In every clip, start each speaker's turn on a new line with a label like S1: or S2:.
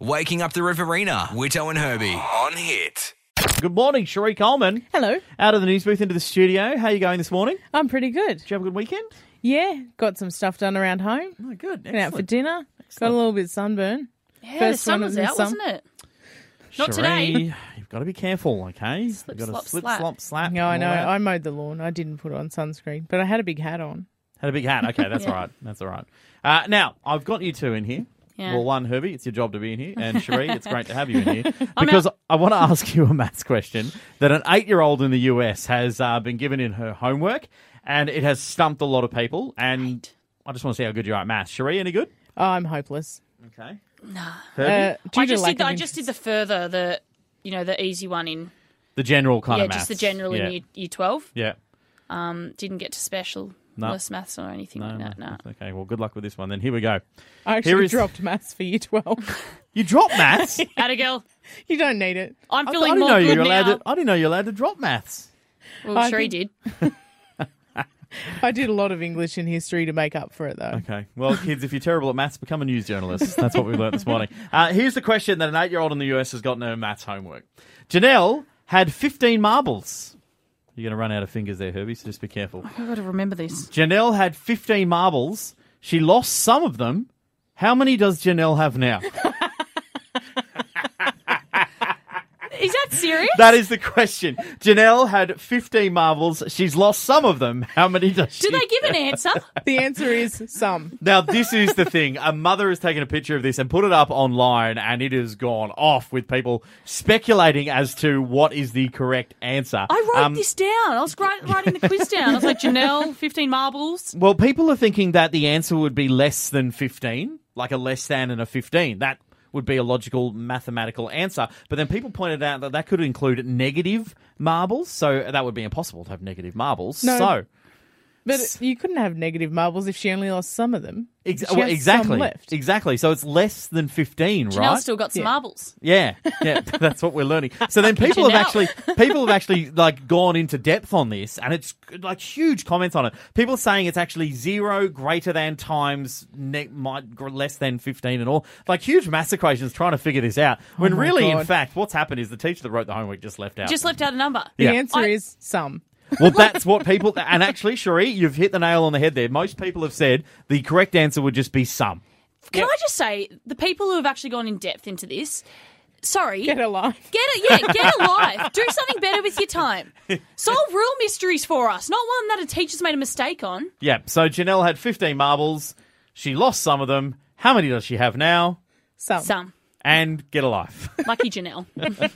S1: Waking up the Riverina, Witto and Herbie on Hit.
S2: Good morning, Sheree Coleman.
S3: Hello,
S2: Out of the news booth into the studio. How are you going this morning? Did
S3: I'm pretty good.
S2: you have a good weekend?
S3: Yeah, got some stuff done around home.
S2: Oh, good.
S3: Went out for dinner. Got a little bit sunburn.
S4: Yeah,
S3: First
S4: the sun
S3: one
S4: was
S3: in
S4: out,
S3: some-
S4: wasn't it? Not today.
S2: You've got to be careful, okay?
S4: Slip,
S2: you've got
S4: slop,
S2: to slip,
S4: slap.
S2: slop, slap.
S3: No, I
S2: and
S3: know.
S2: all that.
S3: I mowed the lawn. I didn't put on sunscreen, but I had a big hat on.
S2: Had a big hat. Okay, that's all right. That's all right. Uh, now, I've got you two in here.
S4: Yeah.
S2: Well, one, Herbie, it's your job to be in here. And Sheree, it's great to have you in here. Because I want to ask you a maths question that an eight year old in the US has uh, been given in her homework, and it has stumped a lot of people. And I just want to see how good you are at maths. Sheree, any good?
S3: Oh, I'm hopeless.
S2: Okay.
S3: Uh, due to
S4: I just
S3: lack
S4: did.
S3: of
S4: I just did the
S3: interest.
S4: further the, you know, the easy one in
S2: The general kind
S4: yeah,
S2: of maths.
S4: just the general
S2: yeah.
S4: in year, year twelve.
S2: Yeah.
S4: Didn't get to special.
S2: No.
S4: Less maths or anything
S2: No,
S4: like
S2: no,
S4: that. No.
S2: that's Um, Okay, well, good luck with this one then. Here we go.
S3: I
S2: Here
S3: actually
S2: is-
S3: dropped maths for year twelve.
S2: You dropped maths?
S4: Atta girl,
S3: you don't need it.
S4: I'm
S2: I,
S4: feeling
S2: didn't
S4: more
S2: know
S4: good
S2: you were allowed
S4: now.
S2: to, I didn't know you were allowed to drop maths.
S4: Well,
S3: I
S4: sure he did.
S3: think- I did a lot of English and history to make up for it, though.
S2: Okay. Well, kids, if you're terrible at maths, become a news journalist. That's what we learnt this morning. Uh, here's the question that an eight year old in the US has got in her maths homework Janelle had 15 marbles. You're going to run out of fingers there, Herbie, so just be careful.
S4: I've got to remember this.
S2: Janelle had 15 marbles. She lost some of them. How many does Janelle have now?
S4: Is that serious?
S2: That is the question. Janelle had 15 marbles. She's lost some of them. How many does she?
S4: Did they give an answer?
S3: The answer is some.
S2: Now, this is the thing. A mother has taken a picture of this and put it up online, and it has gone off with people speculating as to what is the correct answer.
S4: I wrote
S2: Um,
S4: this down. I was wri- writing the quiz down. I was like, Janelle, fifteen marbles.
S2: Well, people are thinking that the answer would be less than 15, like a less than and a 15. That would be a logical mathematical answer. But then people pointed out that that could include negative marbles, so that would be impossible to have negative marbles.
S3: No.
S2: So.
S3: But you couldn't have negative marbles if she only lost some of them.
S2: Ex-
S3: She
S2: well,
S3: has
S2: exactly.
S3: Some left.
S2: Exactly. So it's less than 15,
S4: Janelle
S2: right?
S4: still got some
S3: Yeah.
S4: marbles.
S2: Yeah, yeah, that's what we're learning. So then people have
S4: Janelle.
S2: actually people have actually like gone into depth on this, and it's like huge comments on it. People saying it's actually zero greater than times ne- might gr- less than fifteen and all like huge maths equations trying to figure this out. When
S3: Oh my
S2: really, in
S3: God.
S2: fact, what's happened is the teacher that wrote the homework just left out.
S4: Just left out a number.
S3: The
S2: Yeah.
S3: answer
S4: I-
S3: is some.
S2: well, that's what people and actually, Cherie, you've hit the nail on the head there. Most people have said the correct answer would just be some.
S4: Can I just say, the people who have actually gone in depth into this, sorry,
S3: Get a life.
S4: Get it, yeah, get a life. Do something better with your time. Solve real mysteries for us, not one that a teacher's made a mistake on.
S2: Yeah. So Janelle had fifteen marbles. She lost some of them. How many does she have now?
S3: Some.
S4: Some.
S2: and get a life.
S4: Lucky Janelle.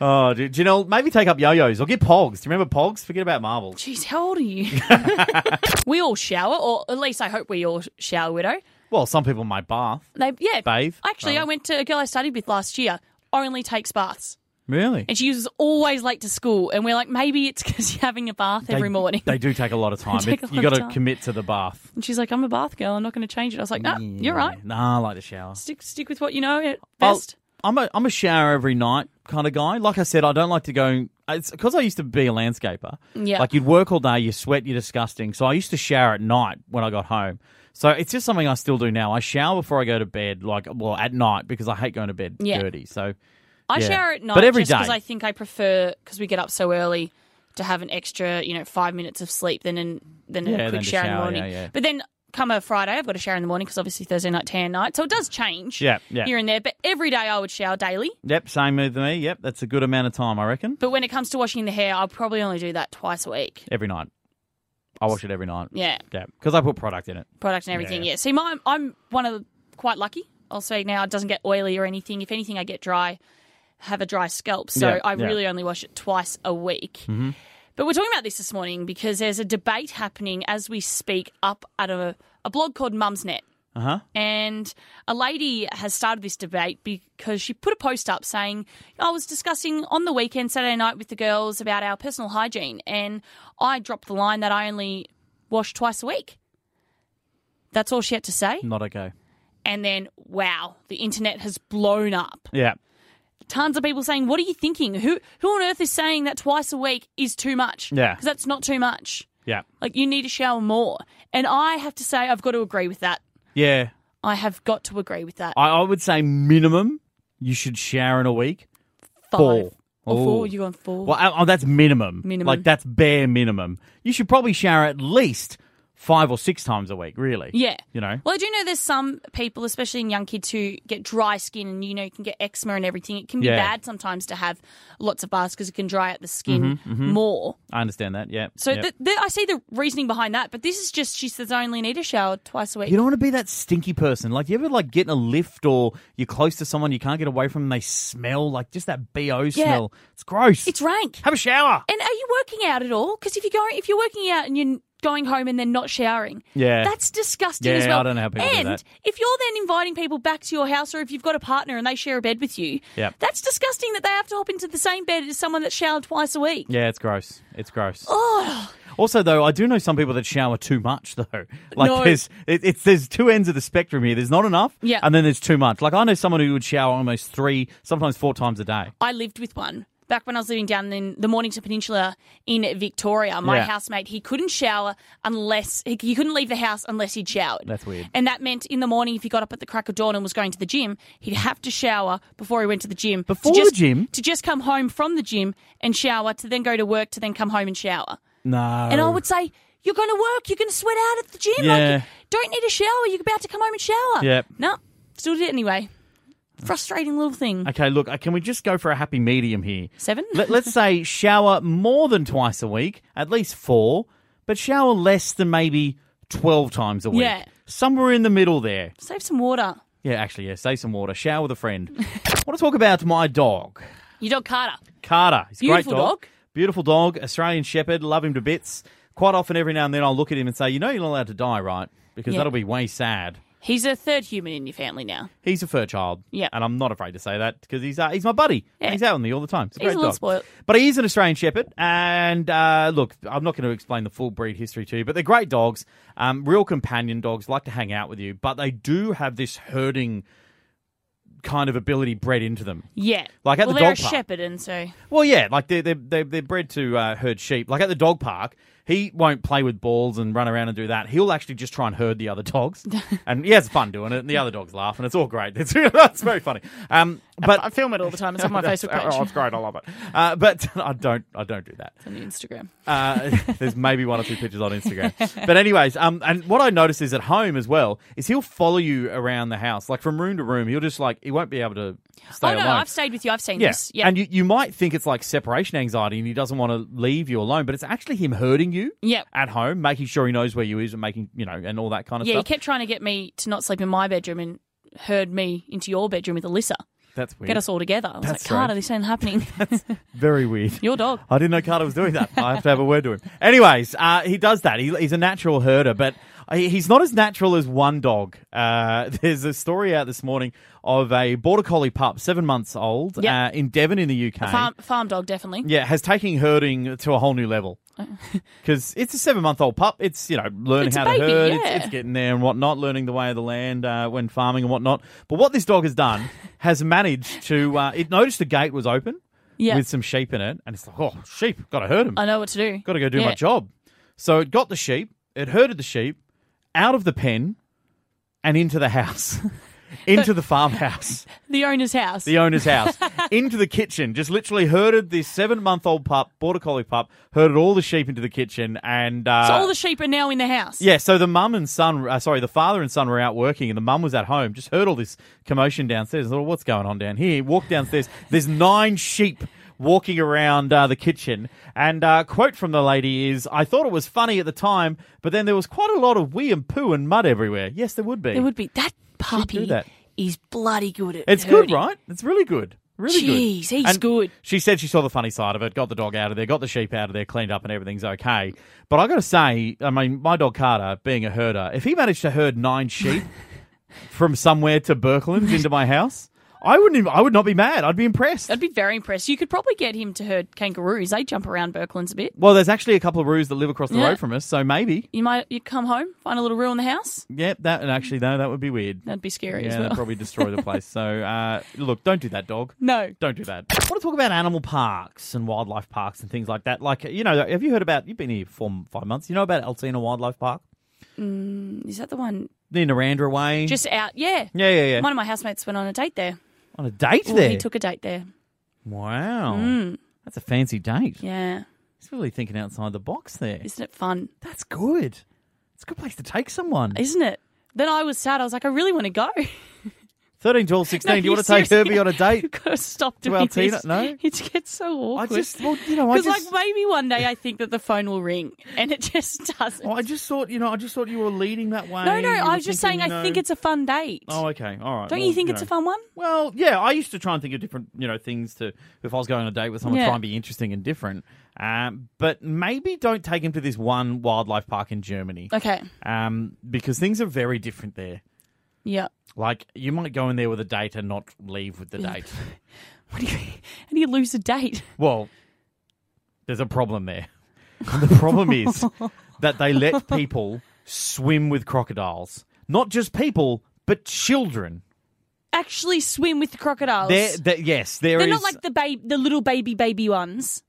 S2: Oh, dude, Janelle, maybe take up yo-yos or get pogs. Do you remember pogs? Forget about marbles.
S4: Jeez, how old are you? we all shower, or at least I hope we all shower, Widow.
S2: Well, some people might bath.
S4: They, yeah.
S2: Bathe?
S4: Actually,
S2: Oh.
S4: I went to a girl I studied with last year, only takes baths.
S2: Really?
S4: And she was always late to school. And we're like, maybe it's because you're having a bath every morning.
S2: They do take a lot of time.
S4: take
S2: It-
S4: a
S2: you
S4: lot of
S2: got to
S4: time.
S2: commit to the bath.
S4: and she's like, I'm a bath girl. I'm not going to change it. I was like, no, Ah, you're right.
S2: Nah, I like the shower.
S4: Stick, stick with what you know at
S2: I'll-
S4: best.
S2: I'm a I'm a shower every night kind of guy. Like I said, I don't like to go. It's because I used to be a landscaper.
S4: Yeah.
S2: Like you'd work all day, you sweat, you're disgusting. So I used to shower at night when I got home. So it's just something I still do now. I shower before I go to bed, like well at night because I hate going to bed
S4: Yeah.
S2: dirty. So
S4: I
S2: Yeah.
S4: shower at night,
S2: But every
S4: just because
S2: day.
S4: I think I prefer because we get up so early to have an extra, you know, five minutes of sleep than in, than
S2: Yeah,
S4: a
S2: than
S4: quick
S2: to
S4: shower, in the
S2: shower,
S4: morning.
S2: yeah, yeah.
S4: But then come a Friday, I've got to shower in the morning because obviously Thursday night, tan night, so it does change
S2: Yeah, yeah.
S4: here and there. But every day I would shower daily.
S2: yep, same with me. Yep, that's a good amount of time I reckon.
S4: But when it comes to washing the hair, I'll probably only do that twice a week.
S2: Every night. I wash it every night.
S4: Yeah,
S2: Yeah, because I put product in it.
S4: product and everything.
S2: Yeah.
S4: Yeah. See, my, I'm one of the, quite lucky. I'll say now it doesn't get oily or anything. If anything, I get dry, have a dry scalp. So
S2: Yeah,
S4: I
S2: yeah. Mm-hmm.
S4: really only wash it twice a week. But we're talking about this this morning because there's a debate happening as we speak up at a, a blog called Mumsnet.
S2: Uh huh.
S4: And a lady has started this debate because she put a post up saying, I was discussing on the weekend, Saturday night, with the girls about our personal hygiene. And I dropped the line that I only wash twice a week. That's all she had to say.
S2: Not okay.
S4: And then, wow, the internet has blown up.
S2: Yeah.
S4: Tons of people saying, What are you thinking? Who, who on earth is saying that twice a week is too much?
S2: Yeah.
S4: Because that's not too much.
S2: Yeah.
S4: Like, you need to shower more. And I have to say, I've got to agree with that.
S2: Yeah.
S4: I have got to agree with that.
S2: I, I would say minimum you should shower in a week.
S4: Five.
S2: Four.
S4: Or four,
S2: Ooh.
S4: you're on four.
S2: Well, oh, that's minimum.
S4: Minimum.
S2: Like that's bare minimum. You should probably shower at least five or six times a week, really.
S4: Yeah.
S2: You know?
S4: Well, I do know there's some people, especially in young kids, who get dry skin and, you know, you can get eczema and everything. It can be
S2: Yeah.
S4: bad sometimes to have lots of baths because it can dry out the skin more.
S2: I understand that. Yeah.
S4: So
S2: Mm-hmm, Yep.
S4: th th- I see the reasoning behind that, but this is just she says I only need a shower twice a week.
S2: you don't want to be that stinky person. Like you ever like get in a lift or you're close to someone you can't get away from and they smell like just that BO smell. It's gross.
S4: it's rank.
S2: Have a shower.
S4: And are you working out at all? Because if you're going, if you're working out and you're going home and then not showering,
S2: Yeah.
S4: that's disgusting as
S2: Yeah,
S4: well.
S2: I don't know how people do
S4: and
S2: that.
S4: if you're then inviting people back to your house, or if you've got a partner and they share a bed with you,
S2: Yep.
S4: that's disgusting that they have to hop into the same bed as someone that showered twice a week.
S2: Yeah, it's gross. It's gross.
S4: Oh.
S2: Also, though, I do know some people that shower too much, though. Like,
S4: No.
S2: there's it, it's there's two ends of the spectrum here. There's not enough,
S4: Yeah.
S2: and then there's too much. Like, I know someone who would shower almost three, sometimes four times a day.
S4: I lived with one back when I was living down in the Mornington Peninsula in Victoria. My
S2: Yeah.
S4: housemate, he couldn't shower unless he, he couldn't leave the house unless he'd showered.
S2: That's weird.
S4: And that meant in the morning, if he got up at the crack of dawn and was going to the gym, he'd have to shower before he went to the gym. to
S2: Before the
S4: just-
S2: gym?
S4: to just come home from the gym and shower, to then go to work, to then come home and shower.
S2: No,
S4: And I would say. You're going to work. You're going to sweat out at the gym.
S2: Oh. Yeah.
S4: Like, you don't need a shower. You're about to come home and shower.
S2: Yep.
S4: No, still did it anyway. Frustrating little thing.
S2: Okay, look, uh, can we just go for a happy medium here?
S4: Seven?
S2: Let, let's say shower more than twice a week, at least four, but shower less than maybe twelve times a week.
S4: Yeah.
S2: Somewhere in the middle there.
S4: Save some water.
S2: Yeah, actually, yeah. Save some water. Shower with a friend. I want to talk about my dog.
S4: Your dog Carter.
S2: Carter. He's a
S4: Beautiful
S2: great dog.
S4: dog.
S2: Beautiful dog, Australian Shepherd. Love him to bits. Quite often, every now and then, I'll look at him and say, "You know, you're not allowed to die, right? Because
S4: Yeah.
S2: that'll be way sad."
S4: He's a third human in your family now.
S2: He's a fur child,
S4: Yeah.
S2: and I'm not afraid to say that because he's uh, he's my buddy.
S4: Yeah.
S2: He's out with me all the time. It's a
S4: He's
S2: great
S4: a little
S2: dog.
S4: spoilt.
S2: but he is an Australian Shepherd. And uh, look, I'm not going to explain the full breed history to you, but they're great dogs, um, real companion dogs, like to hang out with you, but they do have this herding kind of ability bred into them.
S4: Yeah.
S2: Like at
S4: well,
S2: the
S4: they're
S2: dog
S4: a
S2: park.
S4: shepherd, and so
S2: Well, yeah, like they're they're they're, they're bred to uh, herd sheep. Like at the dog park, he won't play with balls and run around and do that. He'll actually just try and herd the other dogs, and he has fun doing it. And the other dogs laugh, and it's all great. It's, it's very funny. Um, but
S4: I film it all the time. It's on my Facebook
S2: Oh,
S4: page
S2: it's great. I love it. Uh, but I don't. I don't do that.
S4: on Instagram.
S2: Uh, there's maybe one or two pictures on Instagram. But anyways, um, and what I notice is at home as well is he'll follow you around the house, like from room to room. He'll just like he won't be able to stay
S4: oh no,
S2: alone.
S4: I've stayed with you. I've seen
S2: Yes.
S4: this. Yeah.
S2: And you, you might think it's like separation anxiety and he doesn't want to leave you alone, but it's actually him hurting you
S4: Yep.
S2: at home, making sure he knows where you is and making, you know, and all that kind of
S4: yeah. He
S2: stuff.
S4: kept trying to get me to not sleep in my bedroom and heard me into your bedroom with Alyssa.
S2: That's weird.
S4: Get us all together. I was
S2: That's
S4: like, Carter,
S2: strange.
S4: this ain't happening.
S2: Very weird.
S4: Your dog.
S2: I didn't know Carter was doing that. I have to have a word to him. Anyways, uh, he does that. He, he's a natural herder, but he- he's not as natural as one dog. Uh, there's a story out this morning of a border collie pup, seven months old,
S4: Yeah.
S2: uh, in Devon in the UK.
S4: Farm, farm dog, definitely.
S2: Yeah, has taken herding to a whole new level because it's a seven-month-old pup. It's you know learning
S4: Uh. It's a
S2: how to
S4: baby,
S2: herd.
S4: yeah.
S2: It's, it's getting there and whatnot, learning the way of the land uh, when farming and whatnot. But what this dog has done has managed to. Uh, it noticed the gate was open
S4: Yeah.
S2: with some sheep in it, and it's like, oh, sheep, got to herd them,
S4: I know what to do.
S2: got to go do my
S4: Yeah.
S2: job. So it got the sheep, it herded the sheep out of the pen and into the house, into the farmhouse
S4: The owner's house.
S2: the owner's house into the kitchen. Just literally herded this seven month old pup, border collie pup, herded all the sheep into the kitchen, and uh,
S4: so all the sheep are now in the house.
S2: yeah. So the mum and son, uh, sorry, the father and son were out working, and the mum was at home. Just heard all this commotion downstairs. Thought, what's going on down here? Walked downstairs. There's nine sheep. Walking around uh, the kitchen, and uh, quote from the lady is, "I thought it was funny at the time, but then there was quite a lot of wee and poo and mud everywhere." Yes, there would be.
S4: It would be that puppy
S2: that.
S4: is bloody good at
S2: It's
S4: herding.
S2: good, right? It's really good. Really
S4: Jeez,
S2: good.
S4: he's good.
S2: She said she saw the funny side of it, got the dog out of there, got the sheep out of there, cleaned up, and everything's okay. But I got to say, I mean, my dog Carter, being a herder, if he managed to herd nine sheep from somewhere to Birkeland into my house, I wouldn't. Even, I would not be mad. I'd be impressed.
S4: I'd be very impressed. You could probably get him to herd kangaroos. They jump around Birkelands a bit.
S2: well, there's actually a couple of roos that live across the
S4: Yeah.
S2: road from us, so maybe.
S4: You might you come home, find a little roo in the house.
S2: Yep, that and actually no, that would be weird.
S4: That'd be scary
S2: yeah,
S4: as
S2: that'd
S4: well.
S2: probably destroy the place. So uh, look, don't do that, dog.
S4: no.
S2: Don't do that. I want to talk about animal parks and wildlife parks and things like that. Like, you know, have you heard about, you've been here for five months, you know about Altina Wildlife Park?
S4: Is that the one?
S2: near Narandra Way.
S4: Just out, yeah.
S2: yeah, yeah, yeah.
S4: One of my housemates went on a date there.
S2: On a date
S4: Ooh,
S2: there.
S4: He took a date there.
S2: wow, that's a fancy date.
S4: Yeah.
S2: He's really thinking outside the box there.
S4: Isn't it fun?
S2: That's good. It's a good place to take someone.
S4: Isn't it? Then I was sad. I was like, I really want to go.
S2: 13, 12, 16.
S4: No,
S2: Do you want to take
S4: seriously-
S2: Herbie on a
S4: You've
S2: date?
S4: got to stop
S2: To
S4: doing
S2: our
S4: this.
S2: Tina? No?
S4: It gets so
S2: I
S4: awkward.
S2: just, well, you know, I
S4: Because
S2: just,
S4: like maybe one day I think that the phone will ring and it just doesn't.
S2: well, Oh, I just thought, you know, I just thought you were leading that way.
S4: no, no,
S2: You
S4: I
S2: were
S4: was just
S2: thinking,
S4: saying
S2: you
S4: I think
S2: know-
S4: it's a fun date.
S2: Oh, okay, all right.
S4: Don't
S2: well,
S4: you think it's
S2: know.
S4: a fun one?
S2: Well, yeah, I used to try and think of different, you know, things to if I was going on a date with someone,
S4: Yeah.
S2: try and be interesting and different. Um, but maybe don't take him to this one wildlife park in Germany,
S4: Okay.
S2: um, because things are very different there.
S4: Yeah.
S2: Like you might go in there with a date and not leave with the date.
S4: What do you, how do you lose a date?
S2: Well, there's a problem there. And the problem is that they let people swim with crocodiles. Not just people, but children.
S4: Actually, swim with the crocodiles.
S2: There, there- yes, there
S4: They're
S2: is-
S4: not like the babe, the little baby baby ones.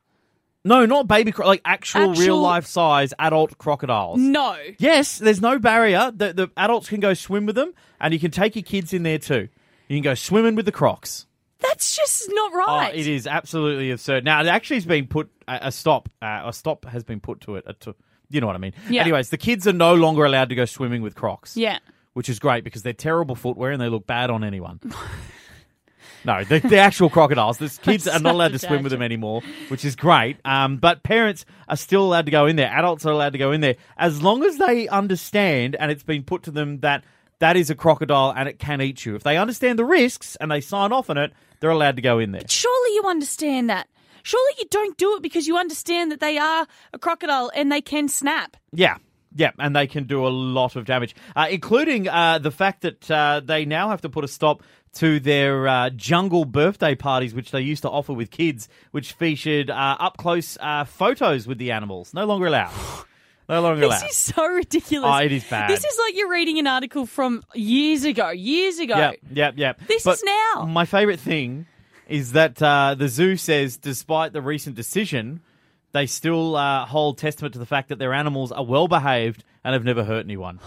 S2: no, not baby, cro- like actual,
S4: Actual-
S2: real life size adult crocodiles.
S4: No.
S2: Yes, there's no barrier. The, the adults can go swim with them, and you can take your kids in there too. You can go swimming with the crocs.
S4: That's just not
S2: Oh,
S4: right.
S2: it is absolutely absurd. Now it actually has been put a, a stop. Uh, a stop has been put to it. A to, you know what I mean?
S4: Yeah.
S2: Anyways, the kids are no longer allowed to go swimming with Crocs.
S4: Yeah.
S2: Which is great because they're terrible footwear and they look bad on anyone. no, the, the actual crocodiles. The kids are
S4: such
S2: not allowed
S4: a
S2: to swim with them
S4: tangent.
S2: anymore, which is great. Um, but parents are still allowed to go in there. Adults are allowed to go in there as long as they understand and it's been put to them that that is a crocodile and it can eat you. If they understand the risks and they sign off on it, they're allowed to go in there.
S4: Surely you understand that. Surely you don't do it because you understand that they are a crocodile and they can snap.
S2: Yeah. Yeah, and they can do a lot of damage, uh, including uh, the fact that uh, they now have to put a stop to their uh, jungle birthday parties, which they used to offer with kids, which featured uh, up close uh, photos with the animals. No longer allowed. No longer
S4: This
S2: allowed.
S4: is so ridiculous.
S2: Oh, it is bad.
S4: This is like you're reading an article from years ago, years ago.
S2: Yep, yep, yep.
S4: This is now.
S2: My favourite thing is that uh, the zoo says, despite the recent decision, they still uh, hold testament to the fact that their animals are well behaved and have never hurt anyone.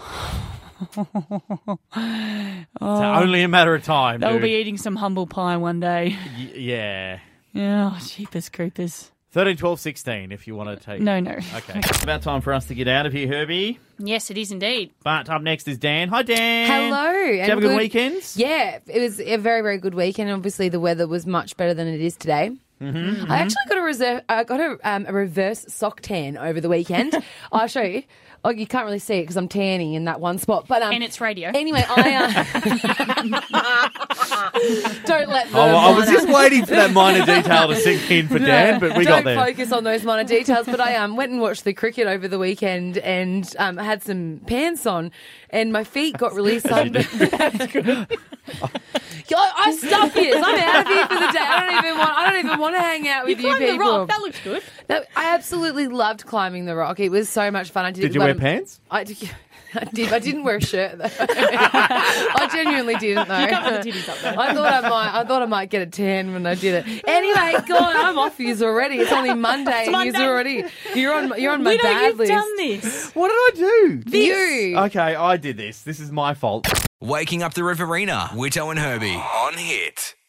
S2: It's only a matter of time.
S4: They'll
S2: dude.
S4: be eating some humble pie one day.
S2: Y- yeah.
S4: Oh, cheapest creepers.
S2: 13, 12, 16, if you
S5: Uh,
S2: want to take.
S4: No, no.
S2: Okay. It's about time for us to get out of here, Herbie.
S4: Yes, it is indeed.
S2: But up next is Dan. Hi, Dan.
S5: Hello.
S2: Did you have a good weekend?
S5: Yeah, it was a very, very good weekend. Obviously, the weather was much better than it is today.
S2: Mm-hmm.
S5: I actually got a reserve. I got a, um, a reverse sock tan over the weekend. I'll show you. Oh, you can't really see it because I'm tanning in that one spot. But um,
S4: And it's radio.
S5: Anyway, I uh, don't let. The
S2: Oh, I was
S5: minor-
S2: just waiting for that minor detail to sink in for Dan, but we
S5: don't
S2: got there.
S5: focus on those minor details. But I um, went and watched the cricket over the weekend and um, had some pants on, and my feet got really sunburned. Yo, I stuff this. I'm out of here for the day. I don't even want. I don't even want to hang out with you,
S4: Climb
S5: people.
S4: the rock. That looks good.
S5: That- I absolutely loved climbing the rock. It was so much fun. I did. it
S2: Did you
S5: with
S2: wear
S5: one-
S2: pants?
S5: I did. I did. I didn't wear a shirt though. I genuinely didn't though.
S4: Cover the titties up there.
S5: I thought I might. I thought I might get a tan when I did it. Anyway, God, I'm off yous already. It's only Monday. and Yous
S4: Monday.
S5: already. You're on. You're on my
S4: We know
S5: bad
S4: you've
S5: list.
S4: done this.
S2: What did I do?
S5: You.
S2: Okay, I did this. This is my fault.
S1: Waking up the Riverina with Joe and Herbie on Hit.